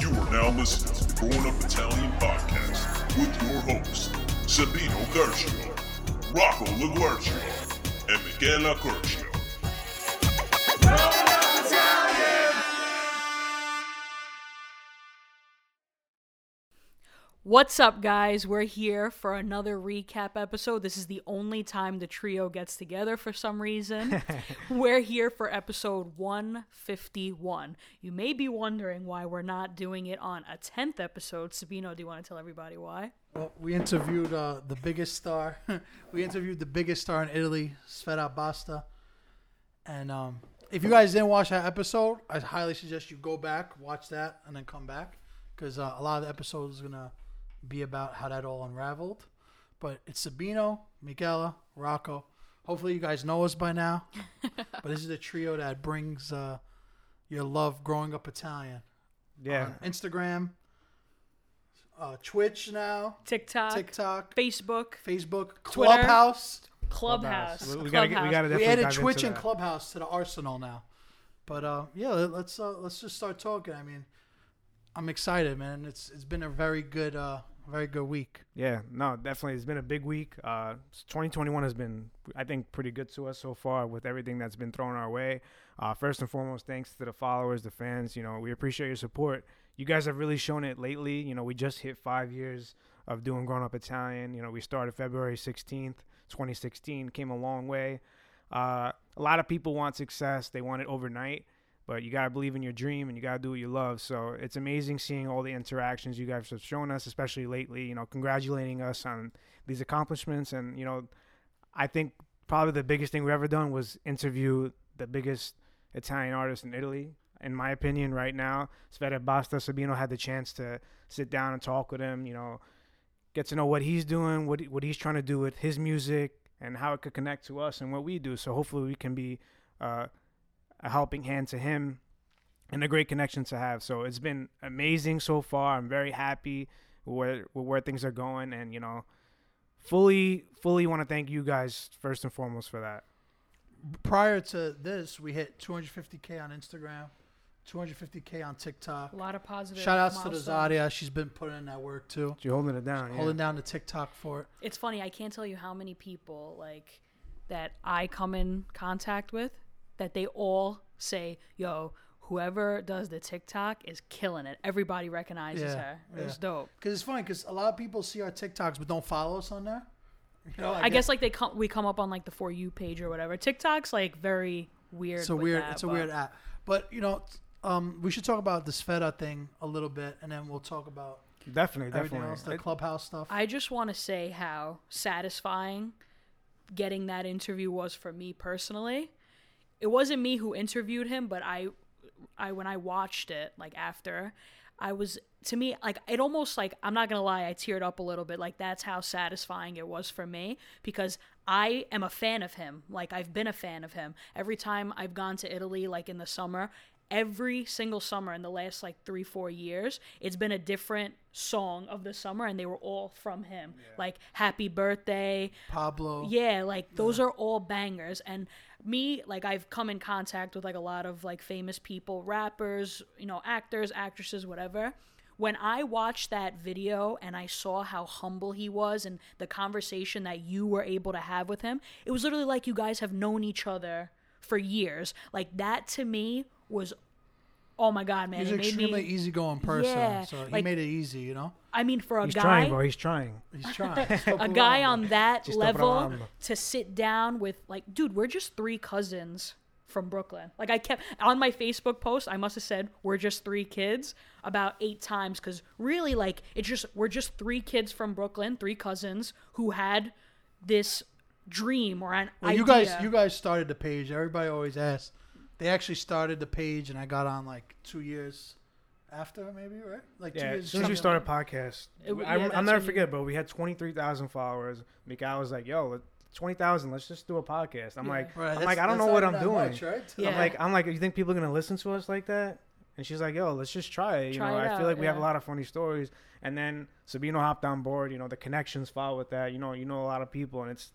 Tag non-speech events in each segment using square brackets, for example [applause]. You are now listening to the Growing Up Italian podcast with your hosts, Sabino Curcio, Rocco LaGuercio, and Michela Curcio. What's up, guys? We're here for another recap episode. This is the only time the trio gets together for some [laughs] reason. [laughs] we're here for episode 151. You may be wondering why we're not doing it on a 10th episode. Sabino, do you want to tell everybody why? Well, we interviewed uh, the biggest star. [laughs] we interviewed the biggest star in Italy, Sfera Basta. And um, if you guys didn't watch that episode, I highly suggest you go back, watch that, and then come back because uh, a lot of the episode is gonna be about how that all unraveled. But it's Sabino, Michela, Rocco. Hopefully, you guys know us by now. but this is the trio that brings uh, your love growing up Italian. Yeah. On Instagram, uh, Twitch now. TikTok, TikTok, Facebook, Facebook, Twitter. Clubhouse. Clubhouse. We, we gotta get, we gotta Clubhouse. We definitely added dive Twitch into and that. Clubhouse to the arsenal now. But uh, yeah, let- let's uh, let's just start talking. I mean, I'm excited, man. It's it's been a very good uh, very good week. Yeah, no, definitely. It's been a big week. Uh, 2021 has been, I think, pretty good to us so far with everything that's been thrown our way. Uh, first and foremost, thanks to the followers, the fans. You know, we appreciate your support. You guys have really shown it lately. You know, we just hit five years of doing Grown Up Italian. You know, we started February 16th, 2016, came a long way. Uh, a lot of people want success, they want it overnight but you got to believe in your dream and you got to do what you love. So it's amazing seeing all the interactions you guys have shown us, especially lately, you know, congratulating us on these accomplishments. And, you know, I think probably the biggest thing we've ever done was interview the biggest Italian artist in Italy. In my opinion, right now, Sveta Basta Sabino had the chance to sit down and talk with him, you know, get to know what he's doing, what what he's trying to do with his music, and how it could connect to us and what we do. So hopefully we can be uh, a helping hand to him and a great connection to have. So it's been amazing so far. I'm very happy where with where things are going, and you know, fully fully want to thank you guys first and foremost for that. Prior to this, we hit 250k on Instagram, 250k on TikTok. A lot of positive. Shout outs to the milestones. Zadia. She's been putting in that work too, You're holding it down. yeah. holding down the TikTok for it. It's funny. I can't tell you how many people like that I come in contact with that they all say, "Yo, whoever does the TikTok is killing it. Everybody recognizes Yeah, her. It was yeah. dope." Because it's funny, because a lot of people see our TikToks but don't follow us on there. You know, I guess like they come, we come up on like the for you page or whatever. TikTok's like very weird. It's a with weird. that, it's a but- weird app. But you know, um, we should talk about this Feta thing a little bit, and then we'll talk about Definitely, everything definitely. else, the It- clubhouse stuff. I just want to say how satisfying getting that interview was for me personally. It wasn't me who interviewed him, but I I when I watched it like after, I was to me like it almost like I'm not going to lie, I teared up a little bit. Like that's how satisfying it was for me because I am a fan of him. Like I've been a fan of him. Every time I've gone to Italy like in the summer, every single summer in the last like three four years it's been a different song of the summer and they were all from him like happy birthday Pablo. yeah like those are all bangers and me like i've come in contact with like a lot of like famous people rappers you know actors actresses whatever when i watched that video and i saw how humble he was and the conversation that you were able to have with him it was literally like you guys have known each other for years like that to me was oh my god man He's it made extremely e- me easygoing person, Yeah, so he like- made it easy. You know, i mean for a he's guy trying, bro. He's trying. he's [laughs] trying. Sto a guy provando. on that Ci sto level provando. to sit down with like dude we're just three cousins from brooklyn like i kept on my facebook post i must have said we're just three kids about eight times because really like it's just we're just three kids from brooklyn three cousins who had this dream or an Well, idea. you guys, you guys started the page. Everybody always asks. They actually started the page, and I got on like two years after, maybe right? Like two Yeah, years. as soon as we something. started podcast, It w- yeah, I, rem- I'll that's never when you- forget, bro. We had twenty three thousand followers. Mikhail was like, "Yo, let- twenty thousand. Let's just do a podcast." I'm like, Right, I'm that's- like, I don't that's know what not I'm that doing. much, right? Yeah. I'm like, I'm like, you think people are gonna listen to us like that? And she's like, yo, let's just try it. You Try know, it I feel out, like we have a yeah. lot of funny stories. And then Sabino hopped on board. You know, the connections follow with that. You know, you know a lot of people, and it's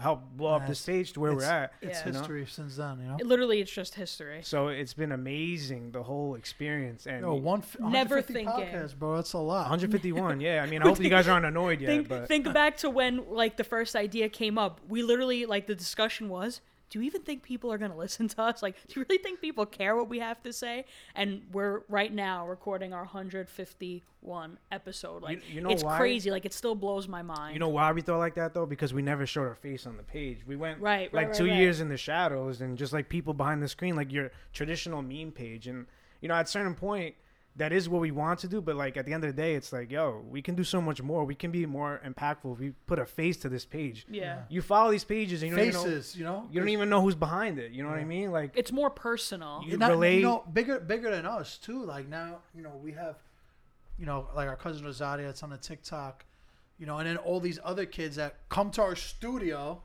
help blow up the That's- stage to where we're it's- at. It's Yeah. you know? history since then, you know. It- literally, it's just history. So it's been amazing the whole experience and Yo, one f- Never 150 thinking. podcasts, bro. That's a lot. [laughs] 151. yeah, I mean, I hope you guys aren't annoyed yet, think but [laughs] think back to when like the first idea came up. We literally like the discussion was, do you even think people are gonna [laughs] listen to us? Like, do you really think people care what we have to say? And we're right now recording our 151 episode. Like, you know it's why? crazy. Like, it still blows my mind. you know why we thought like that though? Because we never showed our face on the page. We went Right, right, like right, two right. years in the shadows and just like people behind the screen, like your traditional meme page. And you know, at a certain point, that is what we want to do. But like at the end of the day, it's like, yo, we can do so much more. We can be more impactful if we put a face to this page. Yeah. You follow these pages and you don't even know, Faces, you know. you don't even know who's behind it. You know what I mean? Like it's more personal. you Not- relate. You know, bigger bigger than us too. Like now, you know, we have, you know, like our cousin Rosaria that's on the TikTok, you know, and then all these other kids that come to our studio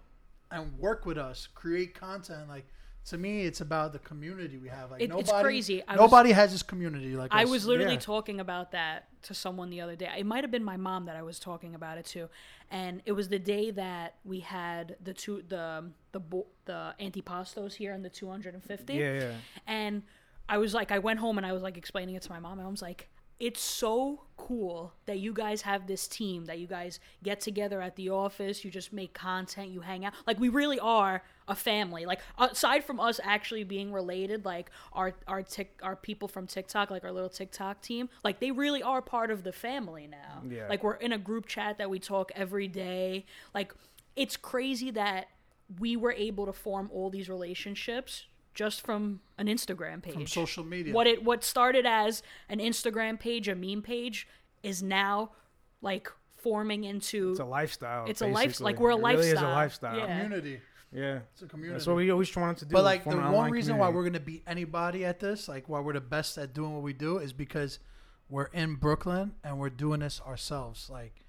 and work with us, create content. Like to me, it's about the community we have. Like It- it's nobody, crazy. I was- nobody has this community like I us. was literally yeah. talking about that to someone the other day. It might have been my mom that I was talking about it to, and it was the day that we had the two the the bo- the antipastos here and the 250. Yeah, yeah. And I was like, I went home and I was like explaining it to my mom. And I was like, it's so cool that you guys have this team, that you guys get together at the office, you just make content, you hang out. Like, we really are a family. Like, aside from us actually being related, like, our, our, tic, our people from TikTok, like our little TikTok team, like, they really are part of the family now. Yeah. Like, we're in a group chat that we talk every day. Like, it's crazy that we were able to form all these relationships just from an Instagram page. from social media. What it what started as an Instagram page, a meme page, is now like forming into It's a lifestyle. It's a life- basically. like, we're a It really is a lifestyle. lifestyle. Yeah. community? Yeah. It's a community. That's what we always wanted to do. But like the form an one online reason why community. we're gonna beat anybody at this, like why we're the best at doing what we do, is because we're in Brooklyn and we're doing this ourselves. Like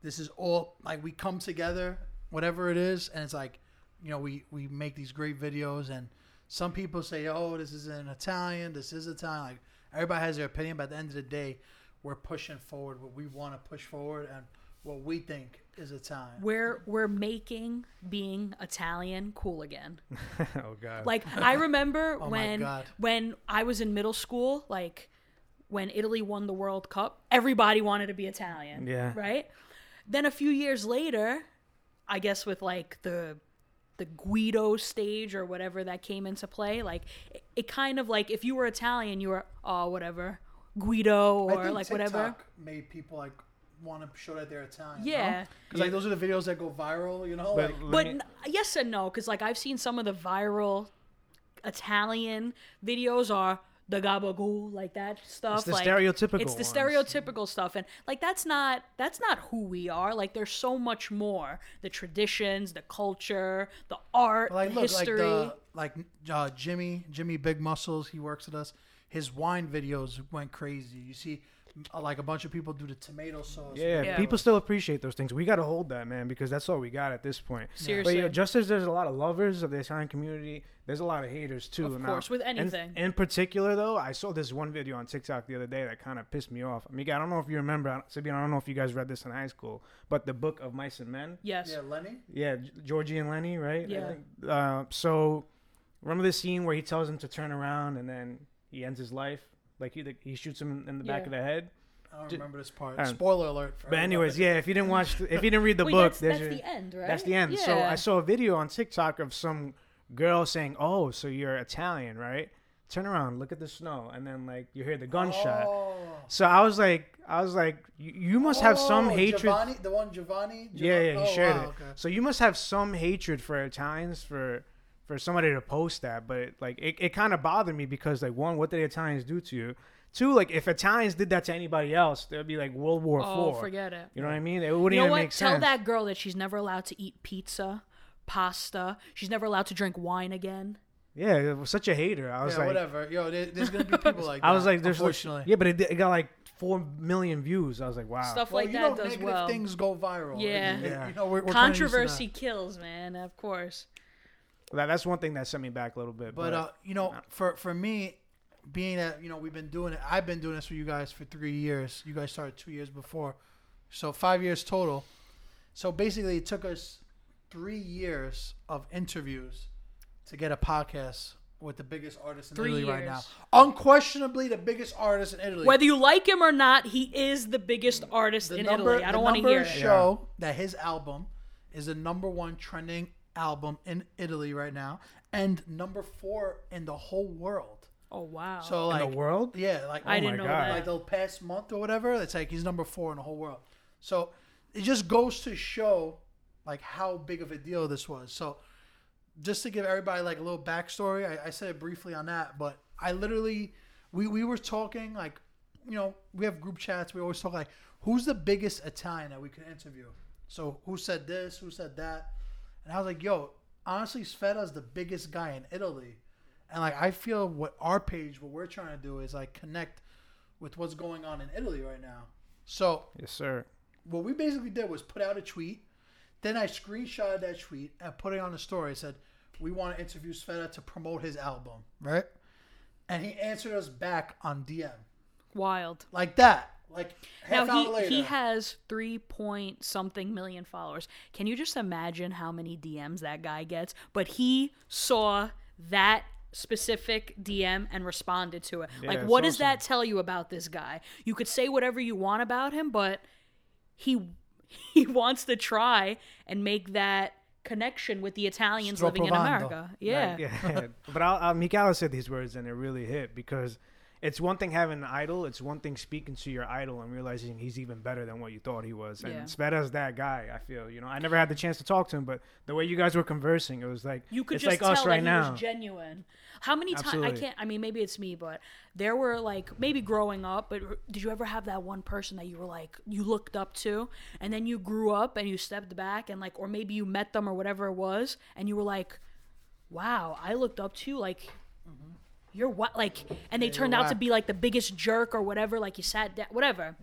this is all like we come together, whatever it is, and it's like, you know, we we make these great videos and some people say, Oh, this is in Italian, this is Italian like everybody has their opinion, but at the end of the day, we're pushing forward what we wanna push forward and what we think is Italian. we're we're making being Italian cool again. [laughs] oh god. Like I [laughs] remember Oh my when God. when I was in middle school, like when Italy won the World Cup, everybody wanted to be Italian. Yeah. Right? Then a few years later, I guess with like the the Guido stage or whatever that came into play, like it, it kind of like if you were Italian, you were oh whatever Guido I or think like TikTok whatever. made people like want to show that they're Italian. Yeah. because like those are the videos that go viral. You know, But like, let But me- n- yes and no, because like I've seen some of the viral Italian videos are the gabagool, like that stuff. the like, stereotypical It's the ones. stereotypical stuff, and like that's not that's not who we are. Like there's so much more: the traditions, the culture, the art, like the look, history. like the like uh, Jimmy, Jimmy Big Muscles. He works with us. His wine videos went crazy. You see, uh, like a bunch of people do the tomato sauce. yeah, Yeah. people still appreciate those things. We got to hold that, man, because that's all we got at this point. Seriously. But you know, just as there's a lot of lovers of the Italian community, there's a lot of haters too. Of Now, course, with in- anything. In, particular, though, I saw this one video on TikTok the other day that kind of pissed me off. I mean, I don't know if you remember, I don't- Sabine. I don't know if you guys read this in high school, but the book of Mice and Men. yes, yeah, Lenny. Yeah, G- Georgie and Lenny, right? I Yeah. think- Uh, so remember the scene where he tells him to turn around and then he ends his life, like he he shoots him in- in the back Yeah. of the head. I don't remember this part. um, Spoiler alert. For But anyways, yeah, if you didn't watch, the, if you didn't read the Wait, book, that's, there's that's your- the end, right? that's the end. So Yeah. I saw a video on TikTok of some girl saying, "Oh, so you're Italian, right? Turn around, look at the snow, and then like you hear the gunshot." Oh. So I was like, I was like, "You- you must have some hatred. Oh, Giovanni, the one Giovanni. Giovanni- Yeah, yeah, he oh, shared wow, it. okay. So you must have some hatred for Italians for for somebody to post that, but like it, it kind of bothered me because like one, what did Italians do to you? Two, like if Italians did that to anybody else, there'd be like World War Oh, Four. forget it. You know what I mean? It wouldn't You know even what? make Tell sense. that girl that she's never allowed to eat pizza, pasta. She's never allowed to drink wine again. Yeah, it was such a hater. I was Yeah, like, whatever. Yo, there, there's gonna [laughs] be people like. That, I was like, there's unfortunately. like, yeah, but it, did- it got like four million views. I was like, wow. Stuff Well, like you that know, does negative well. things go viral. Yeah. Yeah. You know, we're, we're kinda used to that. Controversy kills, man. Of course. That, that's one thing that sent me back a little bit. But, But uh, you know, for for me, being that you know we've been doing it, I've been doing this for you guys for three years. You guys started two years before, so five years total. So basically, it took us three years of interviews to get a podcast with the biggest artist in Three Italy right now. years. Unquestionably, the biggest artist in Italy. Whether you like him or not, he is the biggest artist the in number, Italy. I the don't want to hear numbers it. show that his album is the number one trending album in Italy right now, and number four in the whole world. Oh wow. So In like the world? yeah, like I oh didn't my know God. that. like the past month or whatever. It's like he's number four in the whole world. So it just goes to show like how big of a deal this was. So just to give everybody like a little backstory, I, I said it briefly on that, but I literally we, we were talking like you know, we have group chats, we always talk like who's the biggest Italian that we could interview? So who said this, who said that? And I was like, yo, honestly, Sveta's the biggest guy in Italy. And like I feel what our page, what we're trying to do is like connect with what's going on in Italy right now. So [laughs] Yes, sir. what we basically did was put out a tweet. Then I screenshotted that tweet and put it on the story. I said, We want to interview Sveta to promote his album, right? And he answered us back on DM. Wild. Like that. Like half now hour he later. he has three point something million followers. Can you just imagine how many DMs that guy gets? But he saw that specific DM and responded to it. like, it's what does awesome. that tell you about this guy? You could say whatever you want about him, but he [laughs] he wants to try and make that connection with the Italians living in Stroppovando. America. Yeah. Like, yeah. [laughs] but I'll, I'll, Michaela said these words and it really hit because it's one thing having an idol, it's one thing speaking to your idol and realizing he's even better than what you thought he was. And Yeah. Sveta's that guy, I feel. You know, I never had the chance to talk to him, but the way you guys were conversing, it was like You could it's just like us tell right that now. he was genuine. How many times I Absolutely. can't? I mean, maybe it's me, but there were like maybe growing up. But did you ever have that one person that you were like you looked up to, and then you grew up and you stepped back and like, or maybe you met them or whatever it was, and you were like, "Wow, I looked up to you." Like, Mm-hmm. you're what? Like, and they turned out to whack. be like the biggest jerk or whatever. Like you sat down, whatever.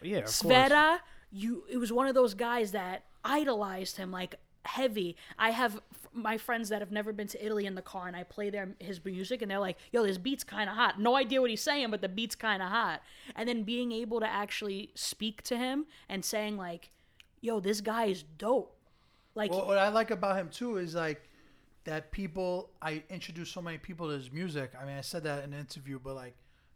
yeah, of course. Sveta, you it was one of those guys that idolized him like heavy. I have f- my friends that have never been to Italy in the car and I play their his music and they're like, "Yo, this beat's kind of hot." No idea what he's saying, but the beat's kind of hot. And then being able to actually speak to him and saying like, "Yo, this guy is dope." Like Well, what I like about him too is like that people. I introduced so many people to his music. I mean, I said that in an interview, but like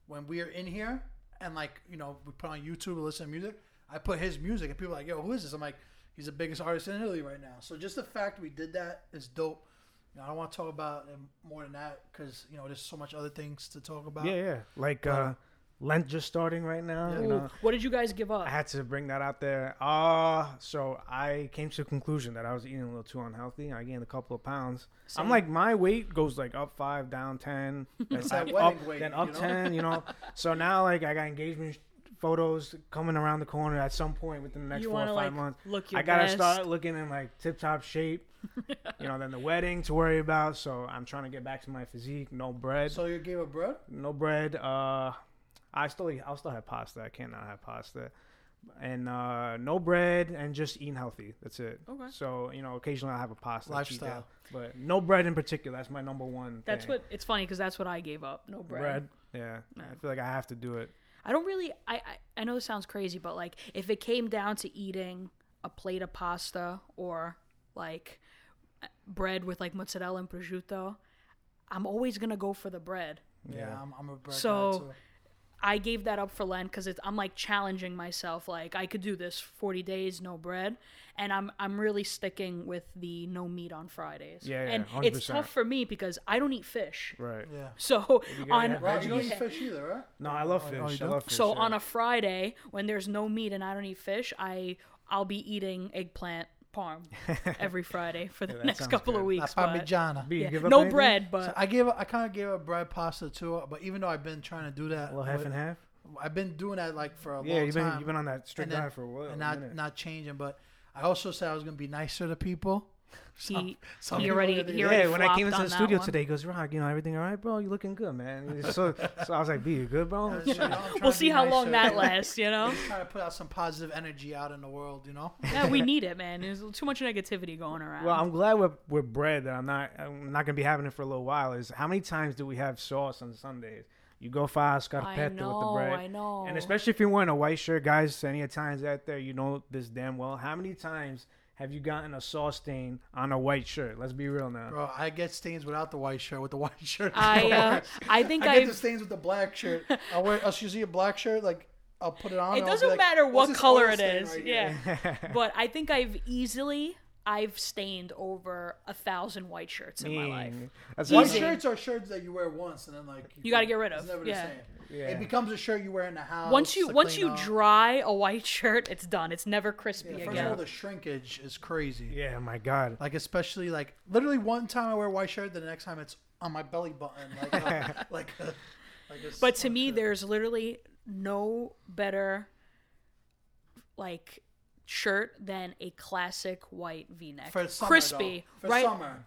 when we are in here and like you know we put on YouTube and listen to music, I put his music and people are like, "Yo, who is this?" I'm like, "He's the biggest artist in Italy right now." So just the fact we did that is dope. You know, I don't want to talk about it more than that because you know there's so much other things to talk about. Yeah, yeah. Like uh, Lent just starting right now. Yeah. you ooh, know. what did you guys give up? I had to bring that out there. Ah, so I came to the conclusion that I was eating a little too unhealthy. I gained a couple of pounds. I'm like, my weight goes like up five, down [laughs] ten, then It's that up- wedding up, weight, then you up know? ten. You know, so now like I got engagement photos coming around the corner at some point within the next You four or wanna, five like, months. look your I gotta best. start looking in like tip top shape. [laughs] you know, then the wedding to worry about. So I'm trying to get back to my physique. No bread So you gave a bread? no bread. Uh, I still eat, I'll still have pasta. I cannot have pasta, and uh, no bread and just eating healthy. That's it. Okay. So you know, occasionally I will have a pasta cheat day, Lifestyle. but no bread in particular. That's my number one. that's thing. what it's funny because that's what I gave up. No bread. bread. Yeah, I feel like I have to do it. I don't really. I, I I know this sounds crazy, but like if it came down to eating a plate of pasta or like bread with like mozzarella and prosciutto, I'm always gonna go for the bread. Yeah, I'm, I'm a bread. guy, So- too. I gave that up for Lent because it's I'm like challenging myself. Like I could do this 40 days no bread, and I'm I'm really sticking with the no meat on Fridays. Yeah, yeah, and it's 100%. tough for me because I don't eat fish. Right. yeah. So on have Right, you don't eat Yeah. fish either, right? No, I love Oh, you fish. I don't? love fish. So yeah. on a Friday when there's no meat and I don't eat fish, I I'll be eating eggplant parm every Friday for the that next sounds couple of good. weeks. La but- parmigiana. B, you yeah. give up No anything? bread, but So I gave I kind of gave up bread pasta too, but even though I've been trying to do that, A little half but and half. I've been doing that like for a Yeah, long you've been time, you've been on that strict and then- diet for a while. and a not minute. not changing. But I also said I was gonna be nicer [laughs] to people. he, some he people already really- he yeah, already when I came flopped into on the that studio one. today, he goes, Rock, you know, everything all right, bro? You looking [laughs] good, man. So, so I was like, B, you good, bro? So, you know, I'm trying [laughs] We'll to see be how nicer, long that you know, [laughs] lasts, you know. Trying to put out some positive energy out in the world, you know. Yeah, we need it, man. There's too much negativity going around. Well, I'm glad with with bread that I'm not I'm not gonna be having it for a little while. Is how many times do we have sauce on Sundays? You go far scarpetta with the know, bread. I know. And especially if you're wearing a white shirt, guys, any Italians out there, you know this damn well. How many times have you gotten a saw stain on a white shirt? Let's be real now. Bro, I get stains without the white shirt. With the white [laughs] shirt, I uh, I I think get I. the stains with the black shirt. I wear. I'll see a black shirt. Like I'll put it on. It and I'll be doesn't like, matter what "What's this color oil it stain is. right here?" yeah. but I think I've easily I've stained over a thousand white shirts in my life. Dang. That's White Easy. shirts are shirts that you wear once and then like You gotta get rid it's of, never yeah. the same. Yeah. It becomes a shirt you wear in the house. Once you to once clean you up. dry a white [laughs] shirt, it's done. It's never crispy Yeah, first of all, again. the shrinkage is crazy. Yeah, my God. Like especially like literally one time I wear a white shirt, then the next time it's on my belly button, like [laughs] a, like a, like a But to slim me, shirt. there's literally no better like shirt than a classic white V-neck, for summer, crispy, though. for right? summer,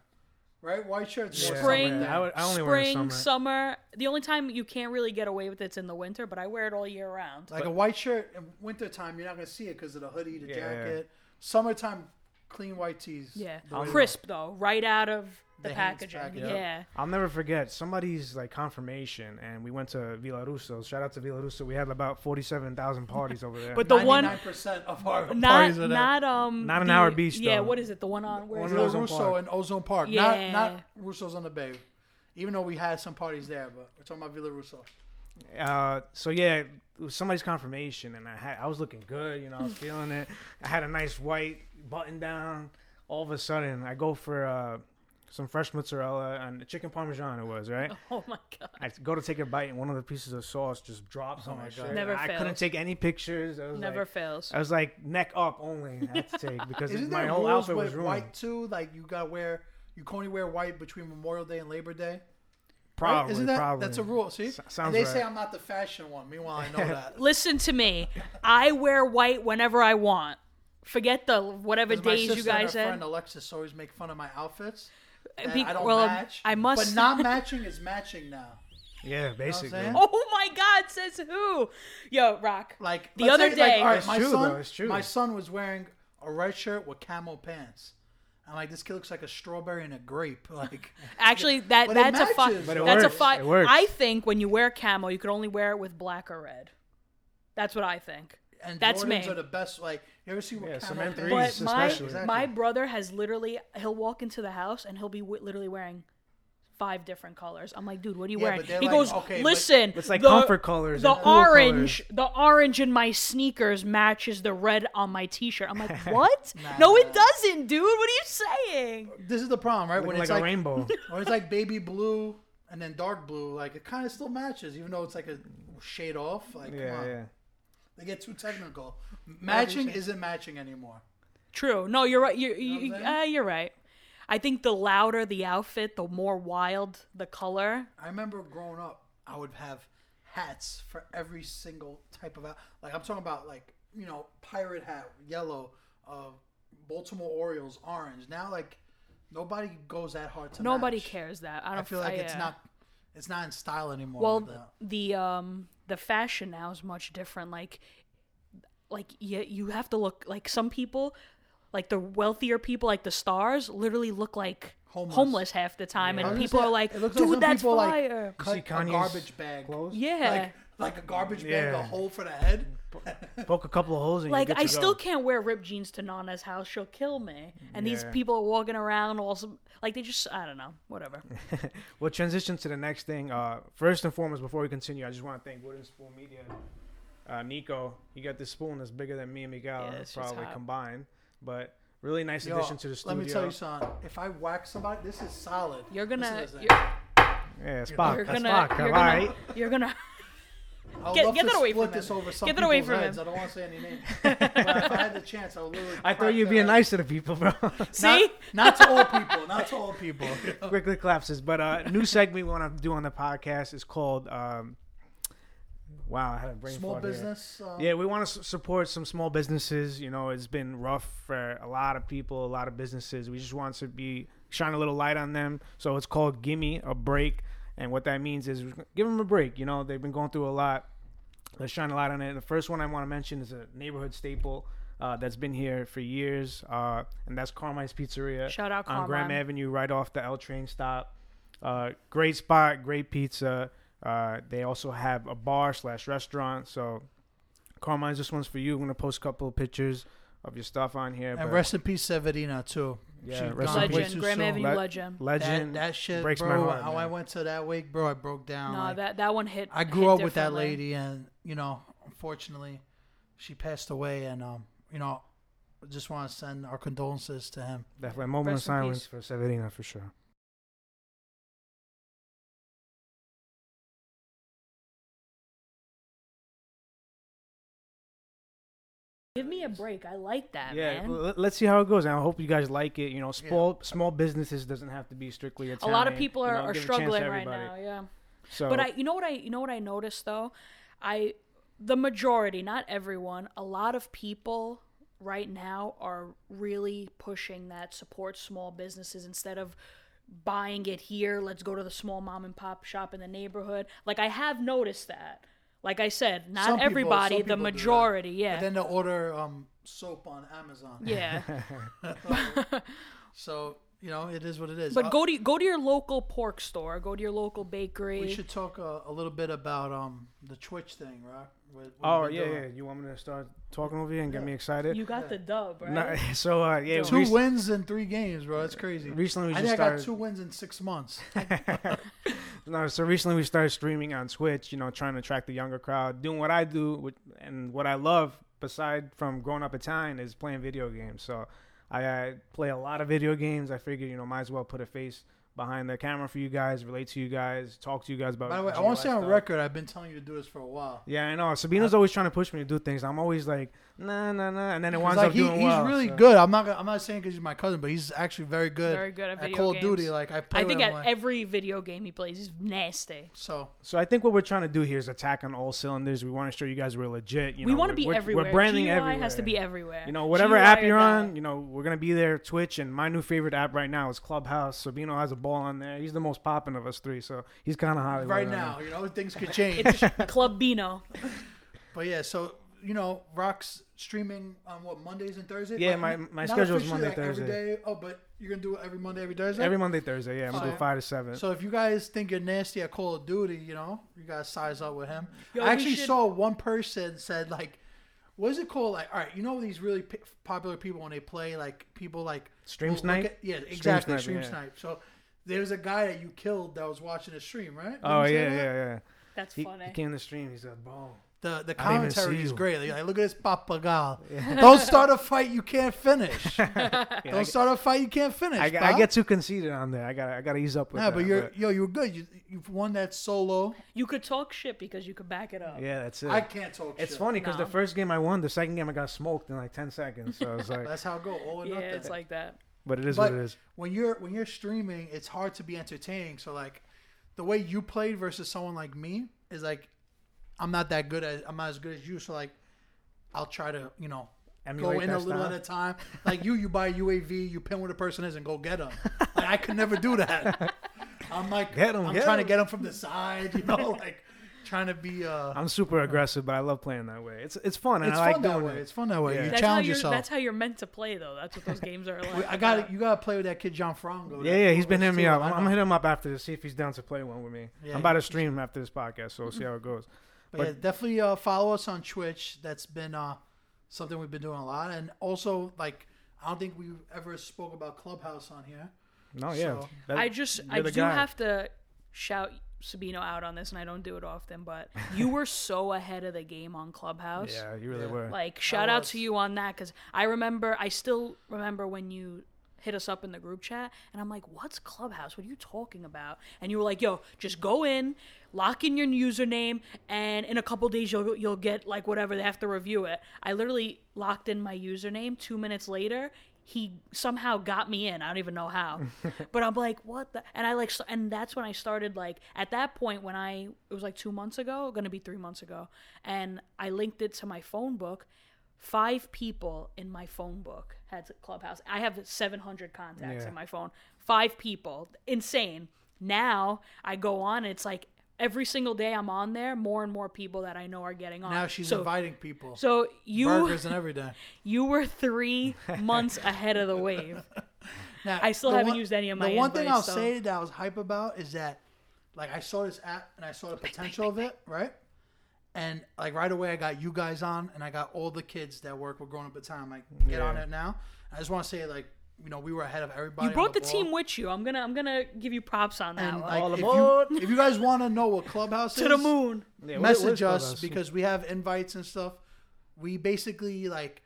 right? White shirts, more Yeah. Spring- summer. I, would- I only wear it Spring, summer. summer. The only time you can't really get away with it's in the winter, but I wear it all year round. like a white shirt in wintertime, you're not gonna see it because of the hoodie, the Yeah. jacket. Summertime, clean white tees. Yeah, The way to crisp though, right out of the, The hands packaging. package. yeah. I'll never forget somebody's like confirmation, and we went to Villa Russo. Shout out to Villa Russo. We had about forty-seven thousand parties over there. but go. the one 99% of our [laughs] not not um Not an the- hour beach, Yeah, though. what is it? The one on where is One it? Russo on- Ozone Park. in Ozone Park. Yeah. Not not Russo's on the Bay. Even though we had some parties there, but we're talking about Villa Russo. uh, so yeah, it was somebody's confirmation, and I had I was looking good, you know, [laughs] I was feeling it. I had a nice white button down. All of a sudden, I go for uh, some fresh mozzarella and chicken parmesan. It [laughs] was right. [laughs] Oh my god. I go to take a bite, and one of the pieces of sauce just drops Oh on my shirt. Never I couldn't fails. take any pictures. I was Never like, fails. I was like neck up only. I had to [laughs] take because Isn't my there whole rules outfit with was ruined. white too? Like you gotta wear you can only wear white between Memorial Day and Labor Day. Right? Probably, Isn't that probably. that's a rule? See, S- And sounds they right. say I'm not the fashion one. Meanwhile, I [laughs] know that. Listen to me. I wear white whenever I want. Forget the whatever 'Cause my days you sister and guys her friend had. Alexis always make fun of my outfits. that Be- I don't well, match. I must- But not matching is matching now. Yeah, basically. saying? [laughs] Oh my god, says who? Yo, Rock. Like The let's other say, day- like, all right, It's my true, son, though, it's true. my son was wearing a red shirt with camo pants. I'm like, this kid looks like a strawberry and a grape. [laughs] Like, Actually, that But it that's a fi- matches, But it that's a works. fi- It works. I think when you wear camo, you could only wear it with black or red. That's what I think. and That's Jordans me. are the best. Like, you ever see what Yeah, camo some pants? But M3s my especially. my brother has literally he'll walk into the house and he'll be w- literally wearing five different colors. I'm like, dude, what are you Yeah, wearing? but they're He like, goes, okay, but- listen, It's like the, comfort colors The and cool orange, the orange in my sneakers matches the red on my t-shirt. I'm [laughs] like, what? Nah. no, it doesn't, dude. What are you saying? this is the problem, right? When Looking it's [laughs] like, like, a rainbow. when it's like baby blue and then dark blue, like it kind of still matches, even though it's like a shade off. Like, come yeah, on. yeah. they get too technical. Matching isn't matching anymore. True. No, you're right. You're you, what I'm uh, you're right. I think the louder the outfit, the more wild the color. I remember growing up, I would have hats for every single type of out. Like I'm talking about, like you know, pirate hat, yellow, uh, Baltimore Orioles, orange. Now, like nobody goes that hard to. Nobody match. cares that. I don't I feel like it's yeah. not, it's not in style anymore. Well, with th- that. the um the fashion now is much different. Like, like you you have to look like some people, like the wealthier people, like the stars, literally look like homeless, Homeless. half the time, I and was gonna people say, are like, it looks dude, some that's people, like, fire. cut see a Kanye's garbage bag. clothes? yeah. Like, like a garbage bag, Yeah. a hole for the head. Poke a couple of holes in like you. I still can't wear ripped jeans to Nana's house; she'll kill me. And these Yeah. people are walking around, all some, like they just I don't know, [laughs] whatever. We'll transition to the next thing. Uh, first and foremost, before we continue, I just want to thank Wooden Spoon Media. Uh, Nico, you got this spoon that's bigger than me and Miguel, Yeah, it's just probably hot. [laughs] [laughs] [laughs] [laughs] uh, um, uh, uh, Uh, of your stuff on here. And but rest in peace, Severina too. Yeah, She's rest in gone peace. way Legend, too Graham soon. Avenue Let- Legend. legend That, that shit breaks bro, my heart. How I man. went to that wake, bro, I broke down. No, like, that that one hit. I hit grew up with that differently. lady, and you know, unfortunately, she passed away, and um, you know, I just want to send our condolences to him. Definitely a moment of Rest in peace. silence for Severina for sure. Give me a break. I like that, Yeah, Uh, man. l- l- let's see how it goes. And I hope you guys like it. You know, small small businesses doesn't have to be strictly a Italian. lot of people You are, know, are give a chance to struggling right everybody. now. Yeah. So, But I, you know what I, you know what I noticed though, I, the majority, not everyone, a lot of people right now are really pushing that support small businesses instead of buying it here. Let's go to the small mom and pop shop in the neighborhood. Like I have noticed that. Like I said, not Some people- everybody, some the people do that. majority. But Yeah. then to order um soap on Amazon. [laughs] yeah. So you know, it is what it is. But Uh, go to go to your local pork store. Go to your local bakery. We should talk uh, a, a little bit about um the Twitch thing, right? What- what oh we've yeah, been yeah. doing. You want me to start talking over you and get me excited? You got the dub, [laughs] right? No, so uh, yeah, Two Two we- wins in three games, bro. That's crazy. Recently we I just think I started- got two wins in six [laughs] months. No, so recently we started streaming on Twitch, you know, trying to attract the younger crowd, doing what I do which- and what I love beside from growing up Italian is playing video games. So I, I play a lot of video games. I figured, you know, might as well put a face behind the camera for you guys, relate to you guys, talk to you guys about By the way, I GY want to say on stuff. record, I've been telling you to do this for a while. Yeah, I know. Sabina's always trying to push me to do things. I'm always like, nah, nah, nah, and then it winds It's like up he, doing he's well, really so. good. I'm not. gonna- I'm not saying because he's my cousin, but he's actually very good. Very good at video Call of Duty. games. Like I play. I think with at him, like- every video game he plays is nasty. so So I think what we're trying to do here is attack on all cylinders. We want to show you guys we're legit. You we know, want to we're- be we're, everywhere. We're branding GUI everywhere. has to be everywhere. You know, whatever GUI app or you're on, not. you know, we're gonna be there. Twitch and my new favorite app right now is Clubhouse. Sabino has a ball on there. He's the most poppin' of us three, so he's kind of Hollywood right on now, you know, things could change. It's [laughs] Club Bino. but yeah, so you know, Rock's streaming on what Mondays and Thursdays. Yeah, Like, my- my not schedule's officially, Monday, like, every Thursday. day. Oh, but you're gonna do it every Monday, every Thursday. there. Every Monday, Thursday, yeah, I'm gonna do Fire. five to seven. So if you guys think you're nasty at Call of Duty, you know, you gotta size up with him. Yo, we I actually should- saw one person said like, "What is it called?" Like, all right, you know these really p- popular people when they play like people like Stream will look snipe? at- yeah, Stream exactly, snipe, stream yeah. snipe. So there was a guy that you killed that was watching a stream, right? Didn't oh you say yeah, that? yeah, yeah. That's He, funny. he came in the stream. He's like, ball. The the I didn't even commentary see is you. great. Like, look at this papagal. Don't start a fight you can't finish. [laughs] Yeah, I, Don't start a fight you can't finish. I, get- I Bob. get too conceited on there. I got to I gotta ease up with Nah, that. but you're yo, you were good. You you won that solo. you could talk shit because you could back it up. yeah, that's it. I can't talk. it's shit. funny because Nah. the first game I won, the second game I got smoked in like ten seconds. So [laughs] it's like, That's how it go. All or Yeah, nothing. it's like that. but it is but what it is. when you're when you're streaming, it's hard to be entertaining. So like, the way you played versus someone like me is like, I'm not that good at. I'm not as good as you. So like, I'll try to you know go Emulate in that a little style. at a time. Like you, you buy UAV, you pin where the person is, and go get them. Like I could never do that. I'm like, Get 'em, I'm get trying 'em. to get them from the side. You know, [laughs] like trying to be. uh I'm super aggressive, but I love playing that way. It's it's fun, and It's I like fun that doing way. it. It's fun that way. Yeah. You That's how challenge you're. yourself. That's how you're meant to play, though. That's what those games [laughs] are like. I got You got to play with that kid John Frango. Yeah, That- yeah, he's been hitting me too. up. I I'm, I'm know. gonna hit him up after to see if he's down to play one with me. Yeah, I'm about to stream after this podcast, so we'll see how it goes. But, But- yeah, definitely uh, follow us on Twitch. That's been uh, something we've been doing a lot, and also like I don't think we ever spoke about Clubhouse on here. No, yeah, So- that- I just I you're the do guy. have to shout Sabino out on this, and I don't do it often, but you were so ahead of the game on Clubhouse. yeah, you really Yeah. were. Like shout out was. to you on that because I remember I still remember when you hit us up in the group chat and I'm like, "What's Clubhouse? What are you talking about?" And you were like, "Yo, just go in, lock in your username, and in a couple days you'll you'll get like whatever they have to review it." I literally locked in my username. Two minutes later. He somehow got me in. I don't even know [laughs] how, but I'm like, what the? And I like, s- and that's when I started like at that point when I it was like two months ago, gonna be three months ago, and I linked it to my phone book, five people in my phone book had clubhouse i have 700 contacts Yeah. in my phone five people insane now i go on and it's like every single day i'm on there more and more people that i know are getting on Now she's so, inviting people, so you burgers and [laughs] everything. you were [laughs] three months ahead of the wave Now, I still the haven't one- used any of my The one thing invites, I'll so- [laughs] say that I was hype about is that, like, I saw this app and I saw the potential of it, right? And like right away, I got you guys on, and I got all the kids that work with Grown Up Baton. Like, get on Yeah. it now. I just want to say, like, you know, we were ahead of everybody. You on brought the ball. team with you. I'm gonna I'm gonna give you props on that. And, one. like, All if, aboard. [laughs] you, if you guys want to know what Clubhouse to is, the moon. Yeah, what- what message is us Clubhouse? because we have invites and stuff. We basically like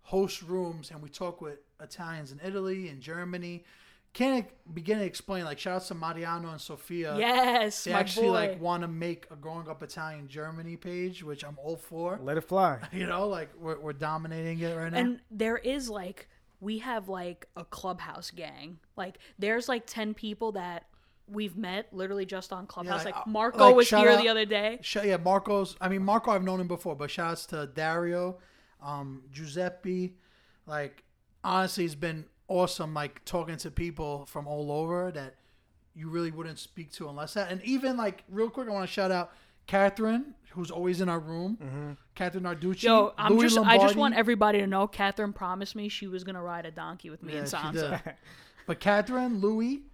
host rooms and we talk with Italians in Italy and Germany. Can't begin to explain. Like shout out to Mariano and Sofia. Yes, They my actually boy. like want to make a growing up Italian Germany page, which I'm all for. let it fly. You know, like we're, we're dominating it right now. and there is like we have like a clubhouse gang. Like there's like ten people that we've met literally just on clubhouse. like, like, uh, Marco like, was shout here out- the other day. Sh- yeah, Marcos. I mean, Marco, I've known him before, but shout outs to Dario, um, Giuseppe. Like, honestly, it's been awesome, like, talking to people from all over that you really wouldn't speak to unless that. And even, like, real quick, I want to shout out Catherine, who's always in our room. Catherine Narducci. Yo, I'm Louis just I just Lombardi. want everybody to know. Catherine promised me she was gonna ride a donkey with me Yeah, and [laughs] she Sansa. did. But Catherine, Louis,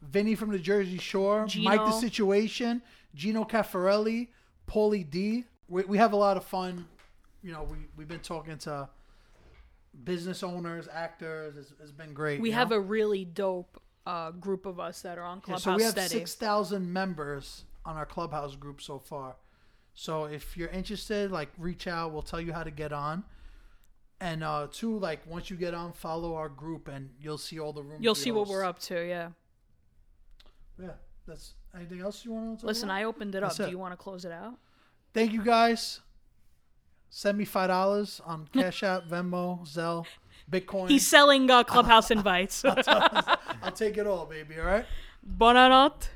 Vinny from the Jersey Shore, Mike the Gino. Situation, Gino Caffarelli, Paulie D. We, we have a lot of fun. You know, we, we've been talking to business owners, actors. It's, it's been great. We you have know? a really dope uh, group of us that are on Yeah, clubhouse so we have steady. 6,000 members on our Clubhouse group so far. So if you're interested, like reach out. We'll tell you how to get on. And uh two, like once you get on, follow our group and you'll see all the rooms. You'll we see what host. we're up to. Yeah. Yeah, that's anything else you want to talk Listen, about? I opened it up. That's Do it. you want to close it out? Thank you guys. Send me five dollars on Cash App, Venmo, Zelle, [laughs] Bitcoin. He's selling uh, clubhouse invites. I'll take it all, baby. All right. Buonanotte.